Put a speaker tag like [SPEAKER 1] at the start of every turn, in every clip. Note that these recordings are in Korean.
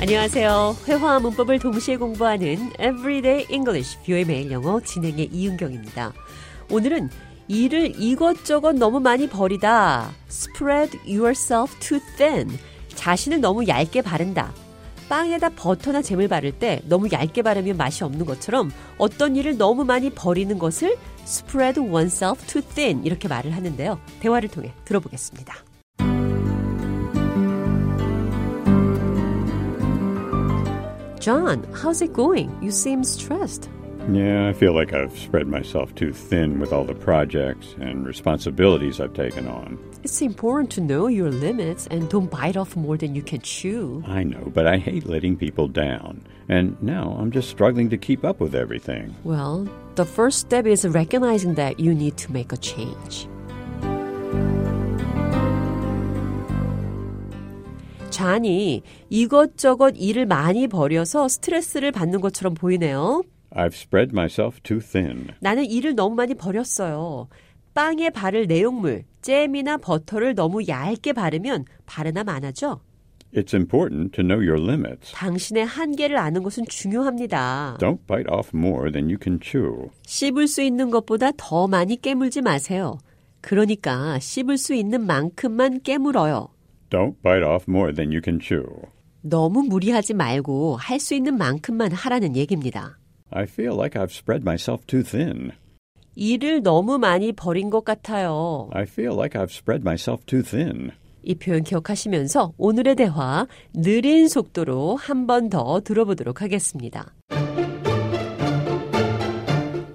[SPEAKER 1] 안녕하세요. 회화와 문법을 동시에 공부하는 Everyday English 뷰의 매일 영어 진행의 이은경입니다. 오늘은 일을 이것저것 너무 많이 버리다 spread yourself too thin 자신을 너무 얇게 바른다 빵에다 버터나 잼을 바를 때 너무 얇게 바르면 맛이 없는 것처럼 어떤 일을 너무 많이 버리는 것을 spread oneself too thin 이렇게 말을 하는데요. 대화를 통해 들어보겠습니다. John, how's it going? You seem stressed.
[SPEAKER 2] Yeah, I feel like I've spread myself too thin with all the projects and responsibilities I've taken on.
[SPEAKER 1] It's important to know your limits and don't bite off more than you can chew.
[SPEAKER 2] I know, but I hate letting people down. And now I'm just struggling to keep up with everything.
[SPEAKER 1] Well, the first step is recognizing that you need to make a change. 잔이 이것저것 일을 많이 벌여서 스트레스를 받는 것처럼 보이네요.
[SPEAKER 2] I've spread myself too thin.
[SPEAKER 1] 나는 일을 너무 많이 버렸어요. 빵에 바를 내용물, 잼이나 버터를 너무 얇게 바르면 바르나 많아져.
[SPEAKER 2] It's important to know your limits.
[SPEAKER 1] 당신의 한계를 아는 것은 중요합니다.
[SPEAKER 2] Don't bite off more than you can chew.
[SPEAKER 1] 씹을 수 있는 것보다 더 많이 깨물지 마세요. 그러니까 씹을 수 있는 만큼만 깨물어요.
[SPEAKER 2] Don't bite off more than you can chew.
[SPEAKER 1] 너무 무리하지 말고 할 수 있는 만큼만 하라는 얘기입니다.
[SPEAKER 2] I feel like I've spread myself too thin.
[SPEAKER 1] 일을 너무 많이 버린 것 같아요.
[SPEAKER 2] I feel like I've spread myself too thin.
[SPEAKER 1] 이 표현 기억하시면서 오늘의 대화 느린 속도로 한 번 더 들어보도록 하겠습니다.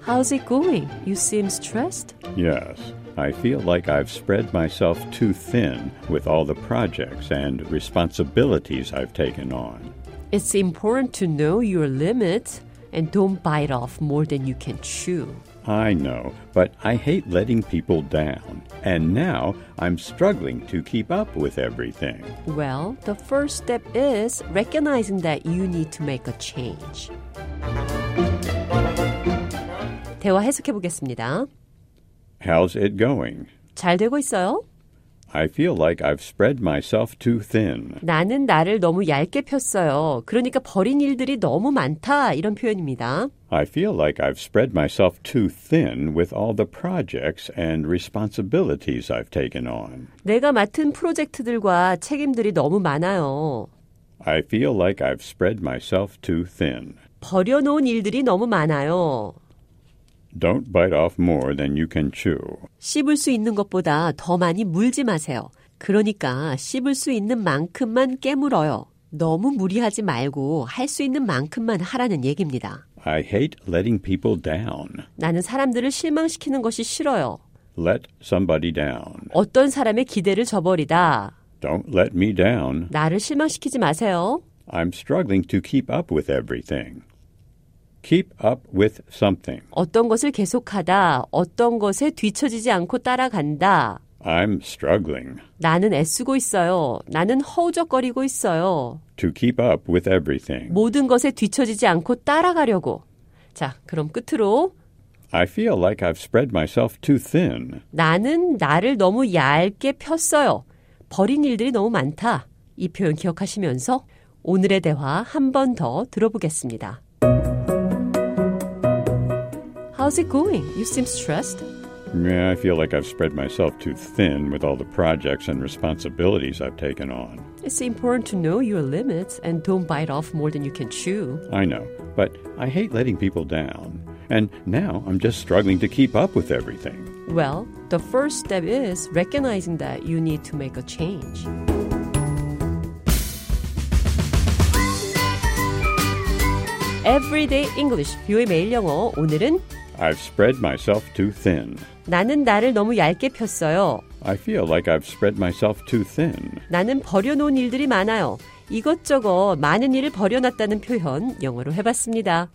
[SPEAKER 1] How's it going? You seem stressed.
[SPEAKER 2] Yes, I feel like I've spread myself too thin with all the projects and responsibilities I've taken on.
[SPEAKER 1] It's important to know your limits and don't bite off more than you can chew.
[SPEAKER 2] I know, but I hate letting people down. And now I'm struggling to keep up with everything.
[SPEAKER 1] Well, the first step is recognizing that you need to make a change. 대화 해석해 보겠습니다.
[SPEAKER 2] How's it going?
[SPEAKER 1] 잘 되고 있어요?
[SPEAKER 2] I feel like I've spread myself too thin.
[SPEAKER 1] 나는 나를 너무 얇게 폈어요. 그러니까 버린 일들이 너무 많다. 이런 표현입니다.
[SPEAKER 2] I feel like I've spread myself too thin with all the projects and responsibilities I've taken on.
[SPEAKER 1] 내가 맡은 프로젝트들과 책임들이 너무 많아요.
[SPEAKER 2] I feel like I've spread myself too thin.
[SPEAKER 1] 버려놓은 일들이 너무 많아요.
[SPEAKER 2] Don't bite off more than you can chew.
[SPEAKER 1] 씹을 수 있는 것보다 더 많이 물지 마세요. 그러니까 씹을 수 있는 만큼만 깨물어요. 너무 무리하지 말고 할 수 있는 만큼만 하라는 얘기입니다.
[SPEAKER 2] I hate letting people down.
[SPEAKER 1] 나는 사람들을 실망시키는 것이 싫어요.
[SPEAKER 2] Let somebody down.
[SPEAKER 1] 어떤 사람의 기대를 저버리다.
[SPEAKER 2] Don't let me down.
[SPEAKER 1] 나를 실망시키지 마세요.
[SPEAKER 2] I'm struggling to keep up with everything. Keep up with something.
[SPEAKER 1] 어떤 것을 계속하다. 어떤 것에 뒤처지지 않고 따라간다.
[SPEAKER 2] I'm struggling
[SPEAKER 1] 나는 애쓰고 있어요. 나는 허우적거리고 있어요.
[SPEAKER 2] to keep up with everything.
[SPEAKER 1] 모든 것에 뒤처지지 않고 따라가려고. 자, 그럼 끝으로
[SPEAKER 2] I feel like I've spread myself too thin.
[SPEAKER 1] 나는 나를 너무 얇게 폈어요. 버린 일들이 너무 많다. 이 표현 기억하시면서 오늘의 대화 한 번 더 들어보겠습니다. How's it going? You seem stressed.
[SPEAKER 2] Yeah, I feel like I've spread myself too thin with all the projects and responsibilities I've taken on.
[SPEAKER 1] It's important to know your limits and don't bite off more than you can chew.
[SPEAKER 2] I know, but I hate letting people down. And now I'm just struggling to keep up with everything.
[SPEAKER 1] Well, the first step is recognizing that you need to make a change. Everyday English, 뷰의 매일 영어. 오늘은
[SPEAKER 2] I've spread myself too thin.
[SPEAKER 1] 나는 나를 너무 얇게 폈어요.
[SPEAKER 2] I feel like I've spread myself too thin.
[SPEAKER 1] 나는 버려놓은 일들이 많아요. 이것저것 많은 일을 버려놨다는 표현 영어로 해봤습니다.